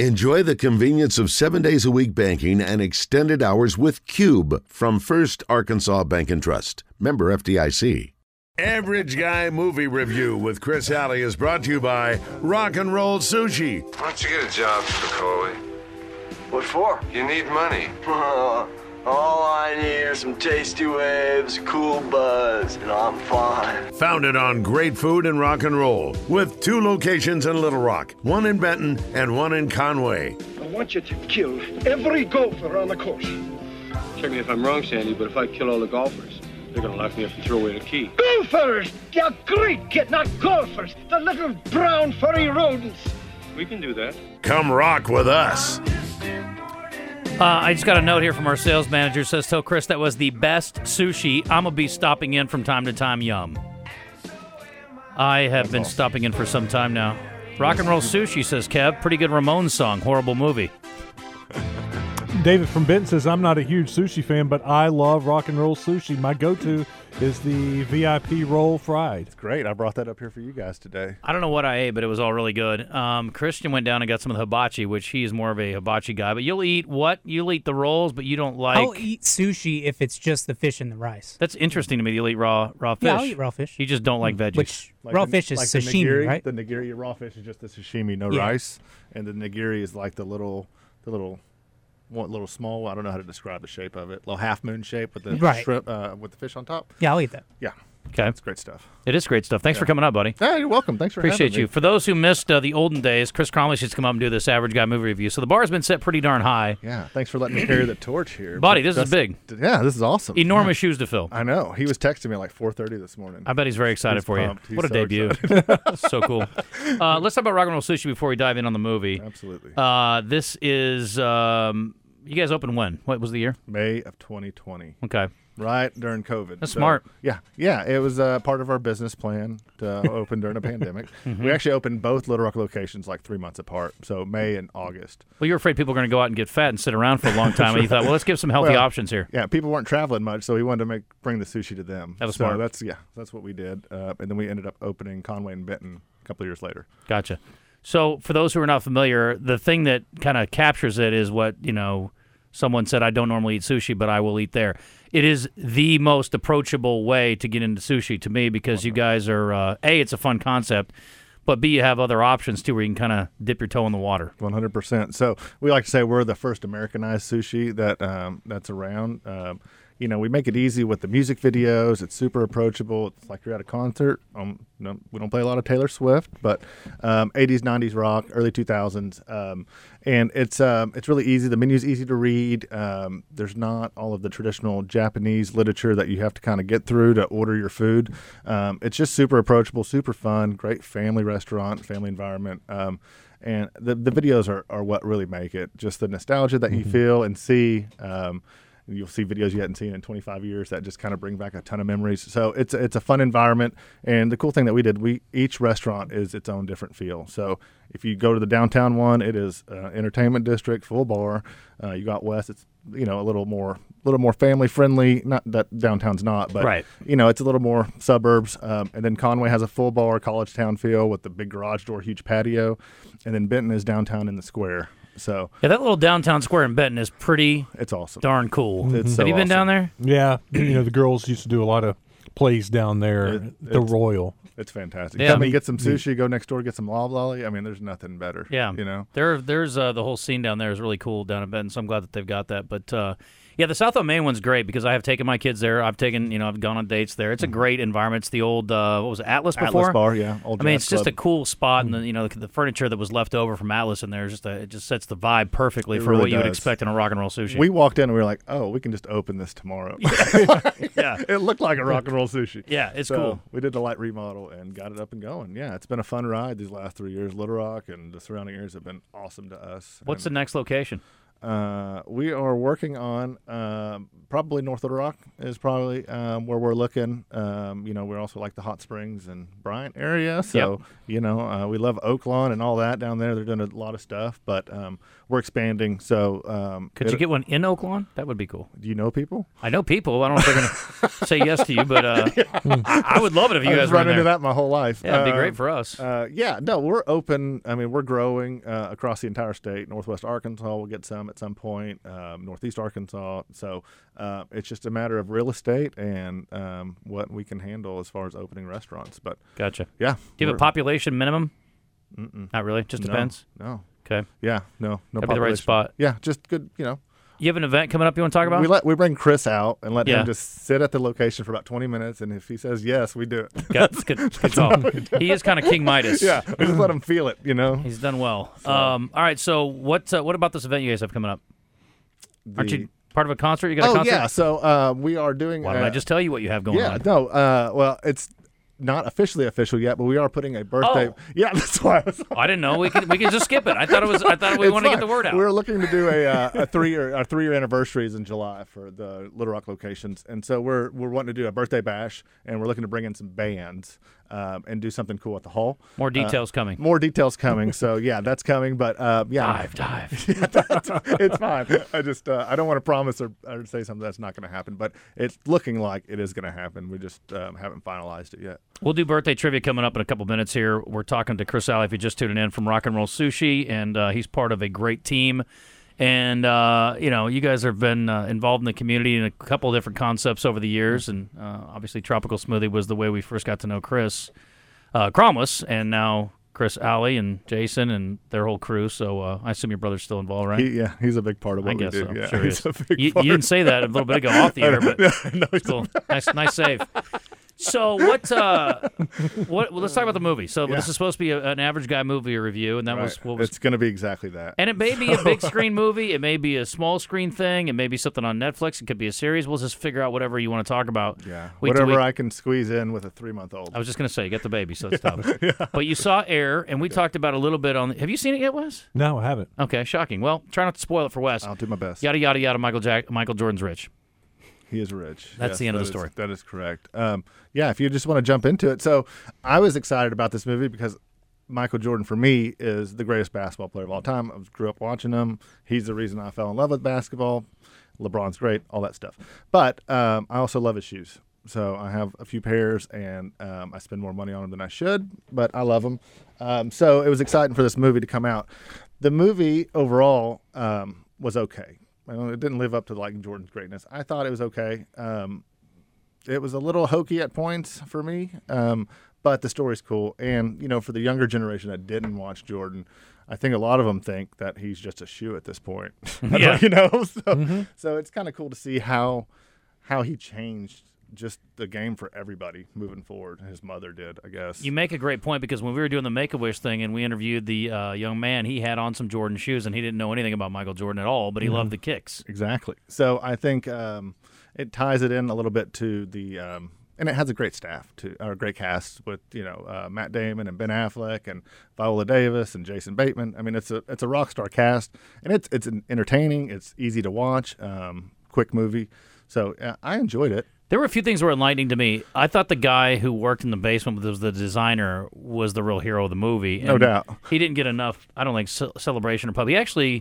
Enjoy the convenience of seven days a week banking and extended hours with Cube from First Arkansas Bank and Trust. Member FDIC. Average Guy Movie Review with Chris Alley is brought to you by Rock and Roll Sushi. Why don't you get a job, Spicoli? What for? You need money. all I need are some tasty waves, a cool buzz, and I'm fine. Founded on great food and rock and roll, with two locations in Little Rock, one in Benton and one in Conway. I want you to kill every golfer on the course. Check me if I'm wrong, Sandy, but if I kill all the golfers, they're gonna lock me up and throw away the key. Golfers! You're Greek, kid, not golfers! The little brown furry rodents! We can do that. Come rock with us. Uh, I just got a note here from our sales manager. It Says, "Tell Chris that was the best sushi. I'm gonna be stopping in from time to time. Yum. I have been stopping in for some time now. Rock and roll sushi says Kev. Pretty good Ramones song. Horrible movie. David from Benton says, I'm not a huge sushi fan, but I love rock and roll sushi. My go to is the VIP roll fried. Great. I brought that up here for you guys today. I don't know what I ate, but it was all really good. Um, Christian went down and got some of the hibachi, which he is more of a hibachi guy. But you'll eat what? You'll eat the rolls, but you don't like. I'll eat sushi if it's just the fish and the rice. That's interesting to me. You'll eat raw raw fish. Yeah, I'll eat raw fish. You just don't like veggies. Which raw the- fish is like the sashimi, nigiri, right? The nigiri raw fish is just the sashimi, no Yeah. rice, and the nigiri is like the little, the little, one little small. I don't know how to describe the shape of it. Little half moon shape with the Right. shrimp, uh, with the fish on top. yeah, I'll eat that. Yeah, okay, it's great stuff. it is great stuff. Thanks for coming up, buddy. Yeah, you're welcome. Thanks for Appreciate having you. me. For those who missed uh, the olden days, Chris Cromley should come up and do this average guy movie review. So the bar's been set pretty darn high. Yeah, thanks for letting me carry the torch here, Buddy, But this is that's- Yeah, this is awesome. Enormous shoes to fill. I know. He was texting me at like 4:30 this morning. I bet he's very excited He's for pumped. you. He's What a so debut. so cool. Uh, let's talk about rock and roll sushi before we dive in on the movie. Absolutely. Uh, this is, um, you guys opened when? What was the year? May of 2020. Okay. right during COVID. That's smart. Yeah, yeah, it was uh, part of our business plan to open during a pandemic. Mm-hmm. We actually opened both Little Rock locations like three months apart, so May and August. Well, you're afraid people are going to go out and get fat and sit around for a long time. and you thought, well, let's give some healthy Well, options here. Yeah, people weren't traveling much, so we wanted to make bring the sushi to them. That was so smart. That's yeah, that's what we did, uh, and then we ended up opening Conway and Benton a couple of years later. Gotcha. So, for those who are not familiar, the thing that kind of captures it is what, you know, someone said, I don't normally eat sushi, but I will eat there. It is the most approachable way to get into sushi to me because you guys are, uh, A, it's a fun concept, but B, you have other options too where you can kind of dip your toe in the water. One hundred percent. So we like to say we're the first Americanized sushi that um, that's around. Um, you know, we make it easy with the music videos. It's super approachable. It's like you're at a concert. Um, no, we don't play a lot of Taylor Swift, but um, 80s, 90s rock, early 2000s, um, and it's um, it's really easy. The menu's easy to read. Um, there's not all of the traditional Japanese literature that you have to kind of get through to order your food. Um, it's just super approachable, super fun, great family restaurant, family environment. Um, and the, the videos are, are what really make it just the nostalgia that you feel and see um, you'll see videos you hadn't seen in 25 years that just kind of bring back a ton of memories so it's it's a fun environment and the cool thing that we did we each restaurant is its own different feel so if you go to the downtown one it is uh, entertainment district full bar uh, you got west it's you know a little more little more family friendly not that downtown's not but Right. you know, it's a little more suburbs. Um, and then Conway has a full bar, college town feel with the big garage door, huge patio. And then Benton is downtown in the square. So Yeah, that little downtown square in Benton is pretty it's awesome. darn cool. It's so have you been awesome. down there? Yeah, you know, the girls used to do a lot of plays down there, It- the it's- Royal. It's fantastic. Yeah. Come and get some sushi, go next door, get some loblolly. I mean, there's nothing better. Yeah, You know? there there's uh, the whole scene down there is really cool down in Benton. So I'm glad that they've got that. But uh, yeah, the South on Main one's great because I have taken my kids there. I've taken you know I've gone on dates there. It's a great environment. It's the old uh, what was it, Atlas Mm-hmm. Atlas before Bar, yeah, old I mean, jazz it's just a club. Mm-hmm. cool spot, and the, you know the, the furniture that was left over from Atlas in there is just a, it just sets the vibe perfectly It for really what you would does. expect in a rock and roll sushi. We walked in and we were like, oh, we can just open this tomorrow. yeah. it looked like a rock and roll sushi. Yeah, it's So, cool. We did a light remodel and got it up and going. Yeah, it's been a fun ride these last three years. Little Rock and the surrounding areas have been awesome to us. What's the and, next location? Uh, we are working on um, probably North of the Rock is probably um, where we're looking. Um, you know, we're also like the Hot Springs and Bryant area, so you know uh, we love Oaklawn and all that down there. They're doing a lot of stuff, but um, we're expanding. So um, Could you get one in Oaklawn? That would be cool. Do you know people? I know people. I don't know if they're going to say yes to you, but uh, I, I would love it if you I've guys run went into there. that my whole life. Yeah, it'd be Uh, great for us. Uh, yeah, no, we're open. I mean, we're growing uh, across the entire state. Northwest Arkansas will get some at some point. Um, Northeast Arkansas. So uh, it's just a matter of real estate and um, what we can handle as far as opening restaurants. But gotcha. yeah, Do you have a we're- population minimum? Not really. Just no, depends. No. Okay. Yeah. No. No. Gotta be the right population. spot. Yeah. Just good. You know. You have an event coming up you want to talk about? We let we bring Chris out and let Yeah. him just sit at the location for about twenty minutes, and if he says yes, we do it. Got- that's good, that's good call. He is kind of King Midas. yeah, we just let him feel it. You know. He's done well. Um, all right. So what uh, what about this event you guys have coming up? Aren't The- you part of a concert? You got a Oh concert? yeah, so uh, we are doing. Why don't uh, I just tell you what you have going Yeah, on? no. Uh, well, it's not officially official yet, but we are putting a birthday. Oh. Yeah, that's why. I was Oh, I didn't know. We can we can just skip it. I thought it was. I thought we It's wanted to fine. get the word out. We're looking to do a, uh, a three year our three year anniversaries in July for the Little Rock locations, and so we're we're wanting to do a birthday bash, and we're looking to bring in some bands um, and do something cool at the hall. More Uh, details coming. more details coming. so yeah, that's coming. But uh, yeah, dive, dive. it's fine. I just uh, I don't want to promise or, or say something that's not going to happen, but it's looking like it is going to happen. We just um, haven't finalized it yet. we'll do birthday trivia coming up in a couple minutes here. We're talking to Chris Alley, if you're just tuning in, from Rock and Roll Sushi, and uh, he's part of a great team. And, uh, you know, you guys have been uh, involved in the community in a couple of different concepts over the years. And uh, obviously, Tropical Smoothie was the way we first got to know Chris uh, Cromwell's, and now Chris Alley and Jason and their whole crew. So uh, I assume your brother's still involved, right? He, yeah, he's a big part of I what guess we do. so. Yeah, Sure he's is. a big you, part. you didn't say that a little bit ago off the air, but no, he's cool. nice, nice save. So what? Uh, what? Well, let's talk about the movie. So this is supposed to be a, an average guy movie review, and that was right. what was. it's going to be exactly that. and it may be a big screen movie. It may be a small screen thing. It may be something on Netflix. It could be a series. We'll just figure out whatever you want to talk about. yeah, Week to whatever week. I can squeeze in with a three month old. I was just gonna say, you got the baby, so it's tough. But you saw Air, and we talked about it a little bit on. Have you seen it yet, Wes? No, I haven't. Okay, shocking. Well, try not to spoil it for Wes. I'll do my best. Yada yada yada. Michael Jack. Michael Jordan's rich. He is rich. That's the end of the that is- story. that is correct. Um, yeah, if you just want to jump into it. So I was excited about this movie because Michael Jordan, for me, is the greatest basketball player of all time. I grew up watching him. He's the reason I fell in love with basketball. LeBron's great, all that stuff. But um, I also love his shoes. So I have a few pairs, and um, I spend more money on them than I should, but I love them. Um, so it was exciting for this movie to come out. The movie overall um, was okay. I don't, it didn't live up to like Jordan's greatness. I thought it was okay. Um, it was a little hokey at points for me, um, but the story's cool. And you know, for the younger generation that didn't watch Jordan, I think a lot of them think that he's just a shoe at this point. Yeah. you know, so, so it's kind of cool to see how how he changed just the game for everybody moving forward. His mother did, I guess. You make a great point because when we were doing the Make a Wish thing and we interviewed the uh, young man, he had on some Jordan shoes and he didn't know anything about Michael Jordan at all, but Mm-hmm. he loved the kicks. Exactly. So I think um, it ties it in a little bit to the, um, and it has a great staff too, or a great cast with you know uh, Matt Damon and Ben Affleck and Viola Davis and Jason Bateman. I mean, it's a it's a rock star cast, and it's it's an entertaining. It's easy to watch. Um, quick movie. So uh, I enjoyed it. There were a few things that were enlightening to me. I thought the guy who worked in the basement with the designer was the real hero of the movie. No and doubt. He didn't get enough, I don't think, ce- celebration or pub. He actually,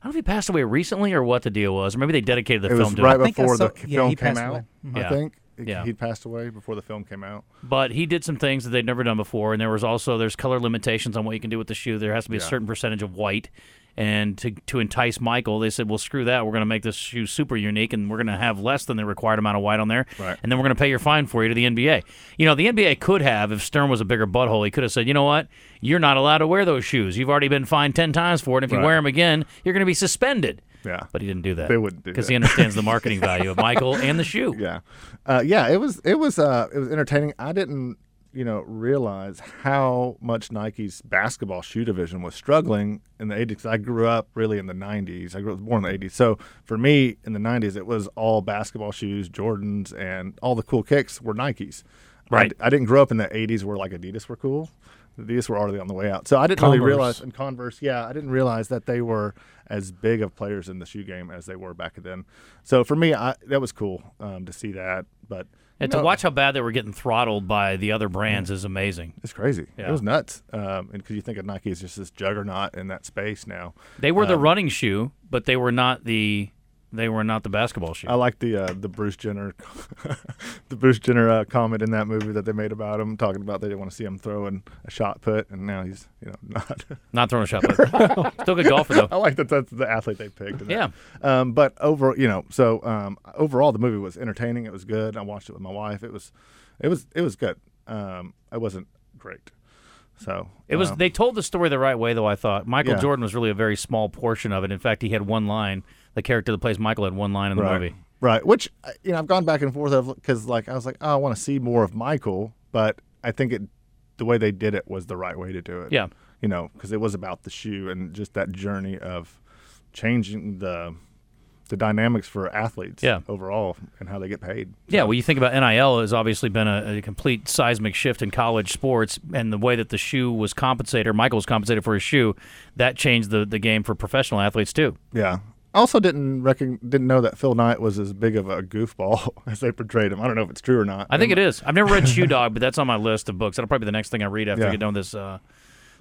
I don't know if he passed away recently or what the deal was, or maybe they dedicated the It film was to right him. think I before saw- the yeah, film he came passed out. away. Mm-hmm. Yeah. I think He- Yeah. he passed away before the film came out. But he did some things that they'd never done before, and there was also there's color limitations on what you can do with the shoe. There has to be a certain percentage of white, and to to entice Michael, they said, "Well, screw that. We're going to make this shoe super unique, and we're going to have less than the required amount of white on there, Right. and then we're going to pay your fine for you to the NBA." You know, the NBA could have, if Stern was a bigger butthole, he could have said, "You know what? You're not allowed to wear those shoes. You've already been fined ten times for it. If you Right. wear them again, you're going to be suspended." Yeah. but he didn't do that. They wouldn't do because that. he understands the marketing value of Michael and the shoe. Yeah, uh, yeah. It was it was uh, it was entertaining. I didn't you know realize how much Nike's basketball shoe division was struggling in the 80s. I grew up really in the 90s. I grew up born in the 80s. So for me in the 90s, it was all basketball shoes, Jordans, and all the cool kicks were Nikes. Right. I, I didn't grow up in the 80s where like Adidas were cool. These were already on the way out. So I didn't really Converse. realize. And Converse, yeah, I didn't realize that they were as big of players in the shoe game as they were back then. So for me, I, that was cool um, to see that. But And no, to watch how bad they were getting throttled by the other brands is amazing. it's crazy. Yeah. It was nuts. Um, and because you think of Nike as just this juggernaut in that space now. They were the Uh, running shoe, but they were not the they were not the basketball shoe. I like the uh, the Bruce Jenner the Bruce Jenner uh, comment in that movie that they made about him, talking about they didn't want to see him throwing a shot put, and now he's you know not. not throwing a shot, but still good golfer though. I like that that's the athlete they picked. and that. Yeah. Um, but over, you know, so um, overall the movie was entertaining. It was good. I watched it with my wife. It was, it was, it was good. Um, it wasn't great. So It was. um, They told the story the right way, though. I thought Michael Yeah. Jordan was really a very small portion of it. In fact, he had one line. The character that plays Michael had one line in the right, movie. right. Which uh, you know I've gone back and forth of because like I was like oh, I want to see more of Michael, but I think it the way they did it was the right way to do it. Yeah. You know, because it was about the shoe and just that journey of changing the the dynamics for athletes Yeah. overall and how they get paid. Yeah, well, you think about NIL has obviously been a, a complete seismic shift in college sports, and the way that the shoe was compensated, or Michael was compensated for his shoe, that changed the, the game for professional athletes too. Yeah. I Also, didn't reckon, didn't know that Phil Knight was as big of a goofball as they portrayed him. I don't know if it's true or not. I think it is. I've never read Shoe Dog, but that's on my list of books. That'll probably be the next thing I read after Yeah. I get done with this uh,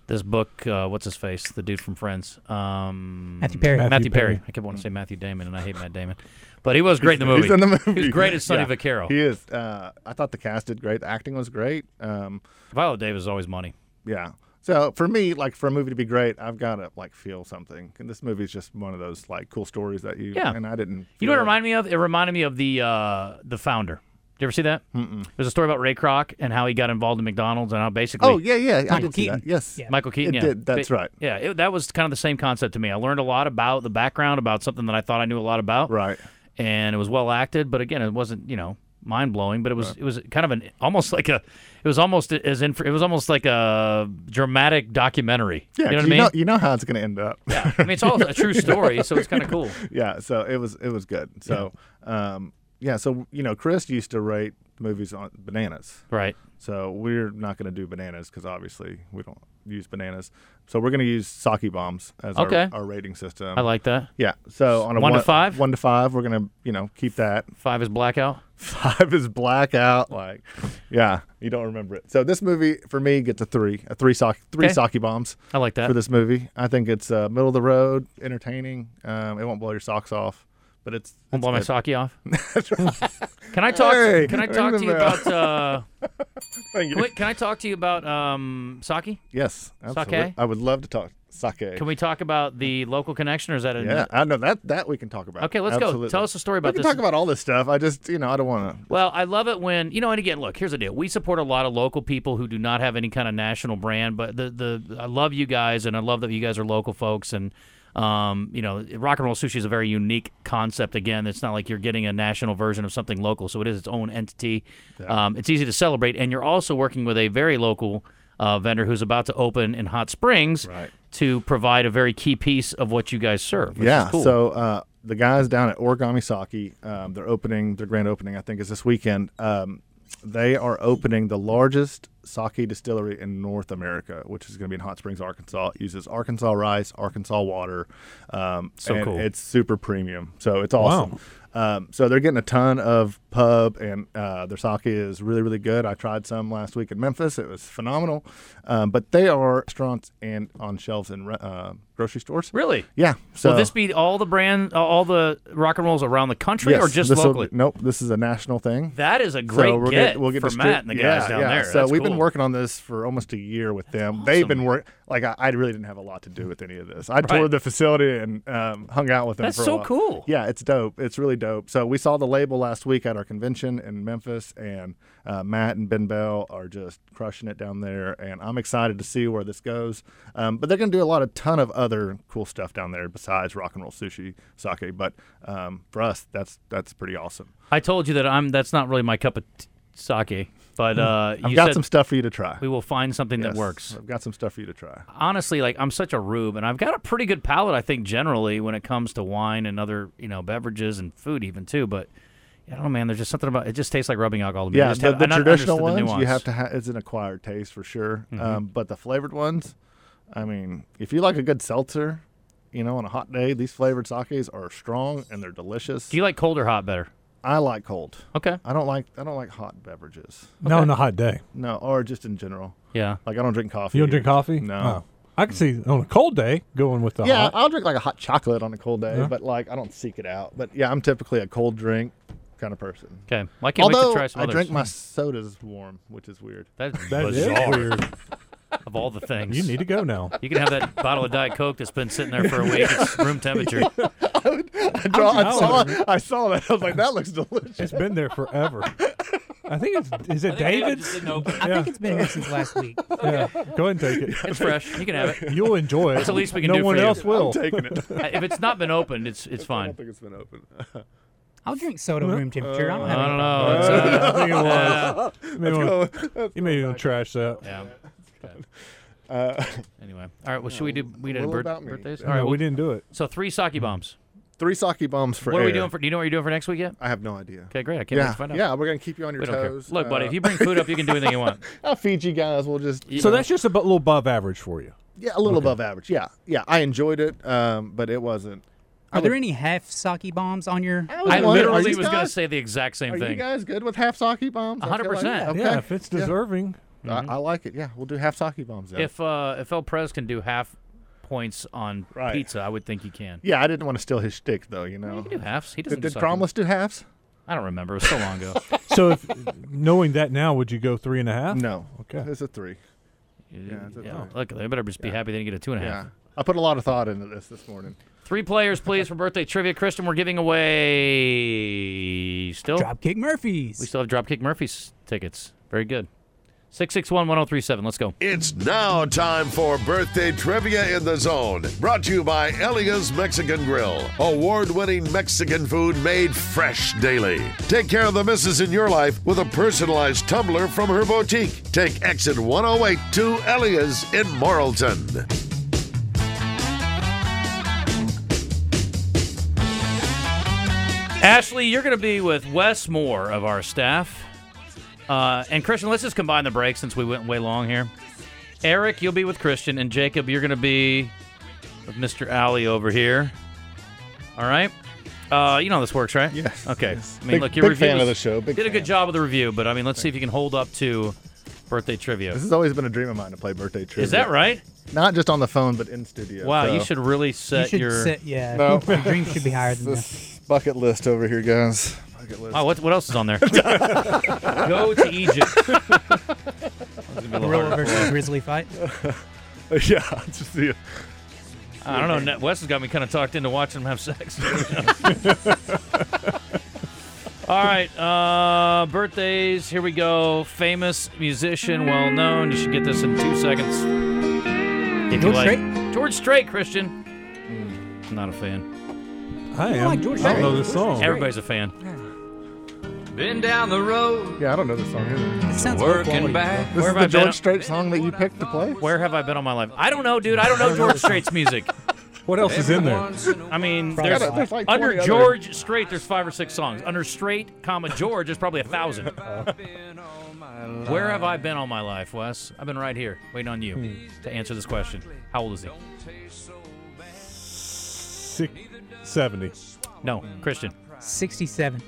this book. Uh, what's his face? The dude from Friends. Um, Matthew Perry. Matthew, Matthew Perry. Perry. I kept wanting to say Matthew Damon, and I hate Matt Damon, but he was great in the movie. He's in the movie. He was great as Sonny Vaccaro. He is. Uh, I thought the cast did great. The acting was great. Um, Viola Davis is always money. yeah. So for me, like for a movie to be great, I've got to like feel something. And this movie is just one of those like cool stories that you. Yeah. And I didn't. You know what it feel- reminded me of? It reminded me of the uh, the founder. Did you ever see that? Mm-mm. There's a story about Ray Kroc and how he got involved in McDonald's and how basically Oh yeah, yeah. I Michael did see Keaton. that. Yes. Yeah. Michael Keaton. It yeah, did. That's Ba- right. Yeah, it, that was kind of the same concept to me. I learned a lot about the background about something that I thought I knew a lot about. Right. and it was well acted. But again, it wasn't you know mind blowing. But it was it was kind of an almost like a it was almost as in it was almost like a dramatic documentary. Yeah. you know what 'cause I mean. You know, you know how it's going to end up. yeah, I mean it's all a true story, so it's kind of cool. yeah so it was it was good so um yeah so you know chris used to rate movies on bananas Right. so we're not going to do bananas because obviously we don't use bananas so we're going to use sake bombs as Okay. our, our rating system I like that. yeah so on a One to five? one to five we're going to you know keep that Five is blackout. five is blackout like yeah you don't remember it so this movie for me gets a three a three sake three Okay. sake bombs I like that. for this movie. I think it's uh, middle of the road, entertaining. Um, it won't blow your socks off, but it's. Won't it's blow my good. socky off. Hmm. Can I talk? Hey, can I ring talk the to you bell. about? Uh, Thank you. can, we, can I talk to you about um, Saki? Yes, absolutely. Sake? I would love to talk sake. Can we talk about the local connection, or is that a Yeah, I know that that we can talk about. Okay, let's go. Absolutely. Tell us a story about we can this. Talk about all this stuff. I just, you know, I don't want to. Well, I love it when you know. And again, look, here's the deal: we support a lot of local people who do not have any kind of national brand. But the the I love you guys, and I love that you guys are local folks. And um, you know, rock and roll sushi is a very unique concept. Again, it's not like you're getting a national version of something local, so it is its own entity. Um, it's easy to celebrate, and you're also working with a very local. Uh, vendor who's about to open in Hot Springs Right. to provide a very key piece of what you guys serve. which is Yeah. cool. So uh, the guys down at Origami Sake, um, their opening, their grand opening, I think, is this weekend. Um, they are opening the largest sake distillery in North America, which is going to be in Hot Springs, Arkansas. It uses Arkansas rice, Arkansas water. Um, So and cool. It's super premium. So it's awesome. Um, so they're getting a ton of pub, and uh, their sake is really, really good. I tried some last week in Memphis; it was phenomenal. Um, but they are restaurants and on shelves in re- uh, grocery stores. Really? Yeah. So Will this be all the brand, uh, all the rock and rolls around the country, Yes, or just this'll- locally? nope, this is a national thing. That is a great we're get, gonna, we'll get for to stri- Matt and the yeah, guys down yeah. there. So That's we've cool. been working on this for almost a year with them. They've been work like I, I really didn't have a lot to do with any of this. I toured the facility and um, hung out with them. That's for a so while. cool. Yeah, it's dope. It's really dope. So we saw the label last week at our convention in Memphis, and uh, Matt and Ben Bell are just crushing it down there. And I'm excited to see where this goes. Um, but they're going to do a lot, a ton of other cool stuff down there besides rock and roll sushi sake. But um, for us, that's that's pretty awesome. I told you that I'm. That's not really my cup of t- sake, but uh, I've you got said some stuff for you to try. we will find something that Yes, works. I've got some stuff for you to try. Honestly, like I'm such a rube, and I've got a pretty good palate. I think generally when it comes to wine and other you know beverages and food even too, but. I don't know, man. There's just something about it. Just tastes like rubbing alcohol. To me. I Yeah, just the, have- the I not understood traditional the ones you nuance. Mm-hmm. have to have it's an acquired taste for sure. Um, but the flavored ones, I mean, if you like a good seltzer, you know, on a hot day, these flavored sakes are strong and they're delicious. Do you like cold or hot better? I like cold. Okay. I don't like I don't like hot beverages. No, on a hot day. No, or just in general. Yeah. Like I don't drink coffee. You don't drink either. coffee? No. Oh. I can see on a cold day going with the Yeah, hot. I'll drink like a hot chocolate on a cold day, Yeah. but like I don't seek it out. But yeah, I'm typically a cold drink kind of person. Okay. Well, I can't wait Although to try some I others. Mm. drink my sodas warm, which is weird. That's That is bizarre. weird. Of all the things. You need to go now. You can have that bottle of Diet Coke that's been sitting there for a week. It's room temperature. I, draw, I, just saw, wondering. I saw that. I was like, that looks delicious. It's been there forever. I think it's is it David's? I think it's been here since last week. Yeah. Go ahead and take it. It's fresh. You can have it. You'll enjoy it. That's the least we can no do for one you. else will. taking it. If it's not been opened, it's it's fine. think it's been open. I'll drink soda room temperature. I don't have I don't any know. It's, uh, I think yeah. it was. You may wanna- You may want to trash that. yeah. Okay. anyway, all right. Well, should we do? We did Little birth, Uh, about me. birthdays. All No, right. we well, didn't do it. so three sake bombs. Three sake bombs for What are we air. doing for? Do you know what you're doing for next week yet? I have no idea. Okay, great. I can't wait Yeah, to find out. yeah, we're gonna keep you on your we don't toes. care. Look, buddy, Uh, if you bring food up, you can do anything you want. I'll feed you guys. We'll just So that's just a bu- little above average for you. yeah, a little above average. Yeah, yeah, I enjoyed it, um, but it wasn't. Are there any half sake bombs on your? I was I wondering, are literally you was going to guys- say the exact same Are you thing. guys good with half sake bombs? I feel like- 100%. Okay. Yeah, if it's Yeah. deserving. I, I like it. Yeah, we'll do half sake bombs. Then. mhm. If uh, if El Pres can do half points on Right. pizza, I would think he can. yeah, I didn't want to steal his shtick though. You He know, can do halves. He doesn't. did, do did sake. Cromless do halves? I don't remember. It was so long ago. So if knowing that now, would you go three and a half? No. Okay. it's a three. yeah, it's a three. Look, they better just be happy they didn't get a two and a half. Yeah, I put a lot of thought into this this morning. Three players, please, for birthday trivia. Kristen, we're giving away still. Dropkick Murphys. We still have Dropkick Murphys tickets. Very good. 661-1037. Let's go. It's now time for birthday trivia in the zone. Brought to you by Elia's Mexican Grill, award winning Mexican food made fresh daily. Take care of the misses in your life with a personalized tumbler from her boutique. Take exit 108 to Elia's in Morrilton. Ashley, you're going to be with Wes Moore of our staff. Uh, and Christian, let's just combine the break since we went way long here. Eric, you'll be with Christian, and Jacob, you're going to be with Mr. Alley over here. All right. Uh, you know how this works, right? Yes, Okay. yes. I mean, Big- look, your big review fan of was- the show, big did a good fan. job with the review, but I mean, let's see if you can hold up to birthday trivia. This has always been a dream of mine to play birthday trivia. Is that right? Not just on the phone, but in studio. Wow, so you should really You set should your. sit. Yeah, No. your dream should be higher than that. This bucket list over here, guys. Bucket list. Oh, what, what else is on there? Go to Egypt. Gorilla versus grizzly fight. yeah, it's just the I don't know. Net- Wes has got me kind of talked into watching them have sex. All right, uh, birthdays. Here we go. Famous musician, well known. You should get this in two seconds. If you George like. Strait? George Strait, Christian. Not a fan. I am. like George I don't know Strait. this song. Everybody's a fan. Been down the road, yeah. I don't know this song either. It sounds low working quality. back. This Where is have I the been on- George Strait song that you picked to play. Where have I been all my life? I don't know, dude. I don't know George Strait's music. What else is in there? I mean, Probably there's, not. There's like 20 under other- George Strait, there's five or six songs. Under Strait, comma George, there's probably a thousand. Uh-huh. Where have I been all my life, Wes? I've been right here, waiting on you Hmm. to answer this question. How old is he? Six, 70. No, Christian. 67.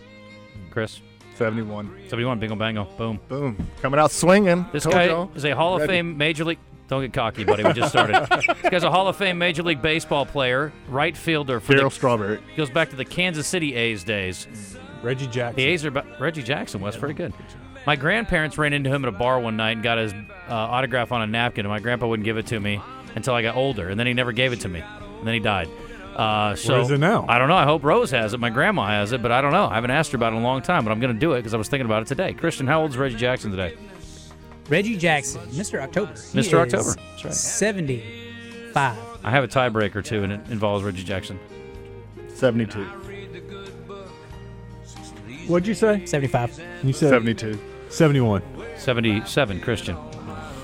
Chris. Seventy-one. 71, bingo bango, boom. Boom. Coming out swinging. This Told guy y'all. is a Hall of Ready. Fame Major League. Don't get cocky, buddy. We just started. this guy's a Hall of Fame Major League Baseball player, right fielder for Daryl the, Strawberry. goes back to the Kansas City A's days. Reggie The Jackson. A's are about Reggie Jackson. Wes, very good. My grandparents ran into him at a bar one night and got his uh, autograph on a napkin, and my grandpa wouldn't give it to me until I got older, and then he never gave it to me, and then he died. Uh, so Where is it now? I don't know. I hope Rose has it. My grandma has it, but I don't know. I haven't asked her about it in a long time, but I'm going to do it because I was thinking about it today. Christian, how old is Reggie Jackson today? Reggie Jackson, Mr. October. He Mr. is October. That's right. 75. I have a tiebreaker too, and it involves Reggie Jackson. Seventy-two. What'd you say? 75. You said Seventy-two. 71. 77, Christian.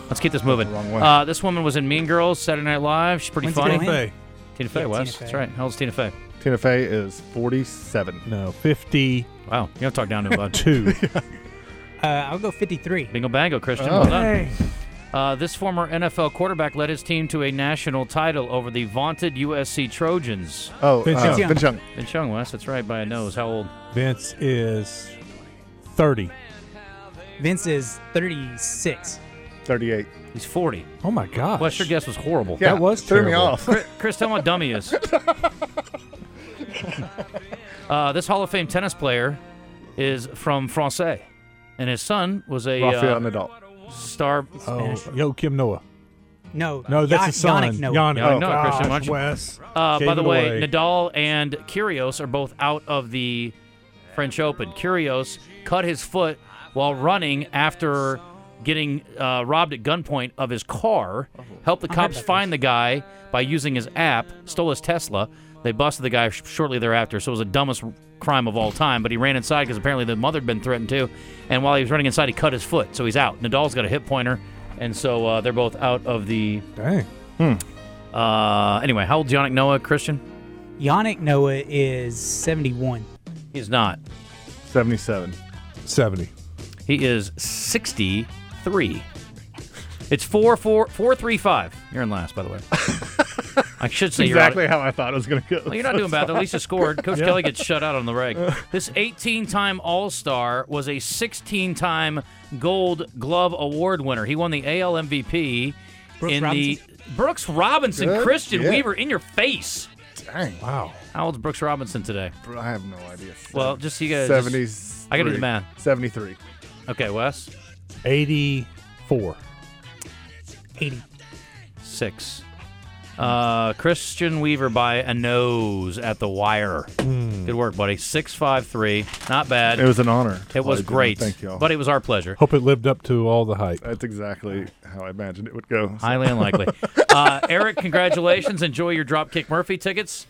Let's keep this moving. Wrong way. Uh, this woman was in Mean Girls, Saturday Night Live. She's pretty Lindsay funny. Lohan. Faye. Tina Fey Yeah, was. Tina Fey. That's right. How old's Tina Fey? Tina Fey is 47. No, 52. Wow. You don't talk down to a bud. Uh, I'll go 53. Bingo bango, Christian. Oh. Well done. Uh, this former NFL quarterback led his team to a national title over the vaunted USC Trojans. Oh, Vince uh, Young. Vince Young. Vince Young, Wes, that's right, by a nose. How old? Vince is 30. Vince is 36. 38. He's 40. Oh my gosh. Wes, your guess was horrible. Yeah, That was threw me terrible. off. Chris, tell me what dummy is. uh, this Hall of Fame tennis player is from Francais, and his son was a Rafael uh, Nadal. star. Oh, Yo, Kim Noah. No, No, that's Yo- his son. Yannick Noah. Yannick Oh, Noah, Christian, why don't gosh, you- Wes. Uh, Gave by it the way, away. Nadal and Kyrgios are both out of the French Open. Kyrgios cut his foot while running after getting uh, robbed at gunpoint of his car. Helped the cops find the guy by using his app. Stole his Tesla. They busted the guy sh- shortly thereafter. So it was the dumbest crime of all time. But he ran inside because apparently the mother had been threatened too. And while he was running inside, he cut his foot. So he's out. Nadal's got a hip pointer, and so uh, they're both out of the. Dang. Uh, anyway, how old Yannick Noah, Christian? Yannick Noah is 71. He's not. 77. 70. He is 63. It's 4 4 four, three, five. You're in last, by the way. I should say exactly you're out. how I thought it was going to go. Well, you're not doing bad. though. At least you scored. Coach Kelly gets shut out on the reg. Uh. This 18-time All-Star was a 16-time Gold Glove Award winner. He won the AL MVP Brooks in Robinson? the Brooks Robinson, Good Christian shit. Weaver in your face. Dang. Wow. How old's Brooks Robinson today? Bro, I have no idea. Well, just so you guys 70s. I gotta do the math. 73. Okay, Wes. 84. 80. six. Uh, Christian Weaver by a nose at the wire. Good work, buddy. Six five three. Not bad. Hmm. It was an honor. to It was play, gentlemen. great. Thank y'all. But it was our pleasure. Hope it lived up to all the hype. That's exactly how I imagined it would go. Highly unlikely. Uh, Eric, congratulations. Enjoy your Dropkick Murphy tickets.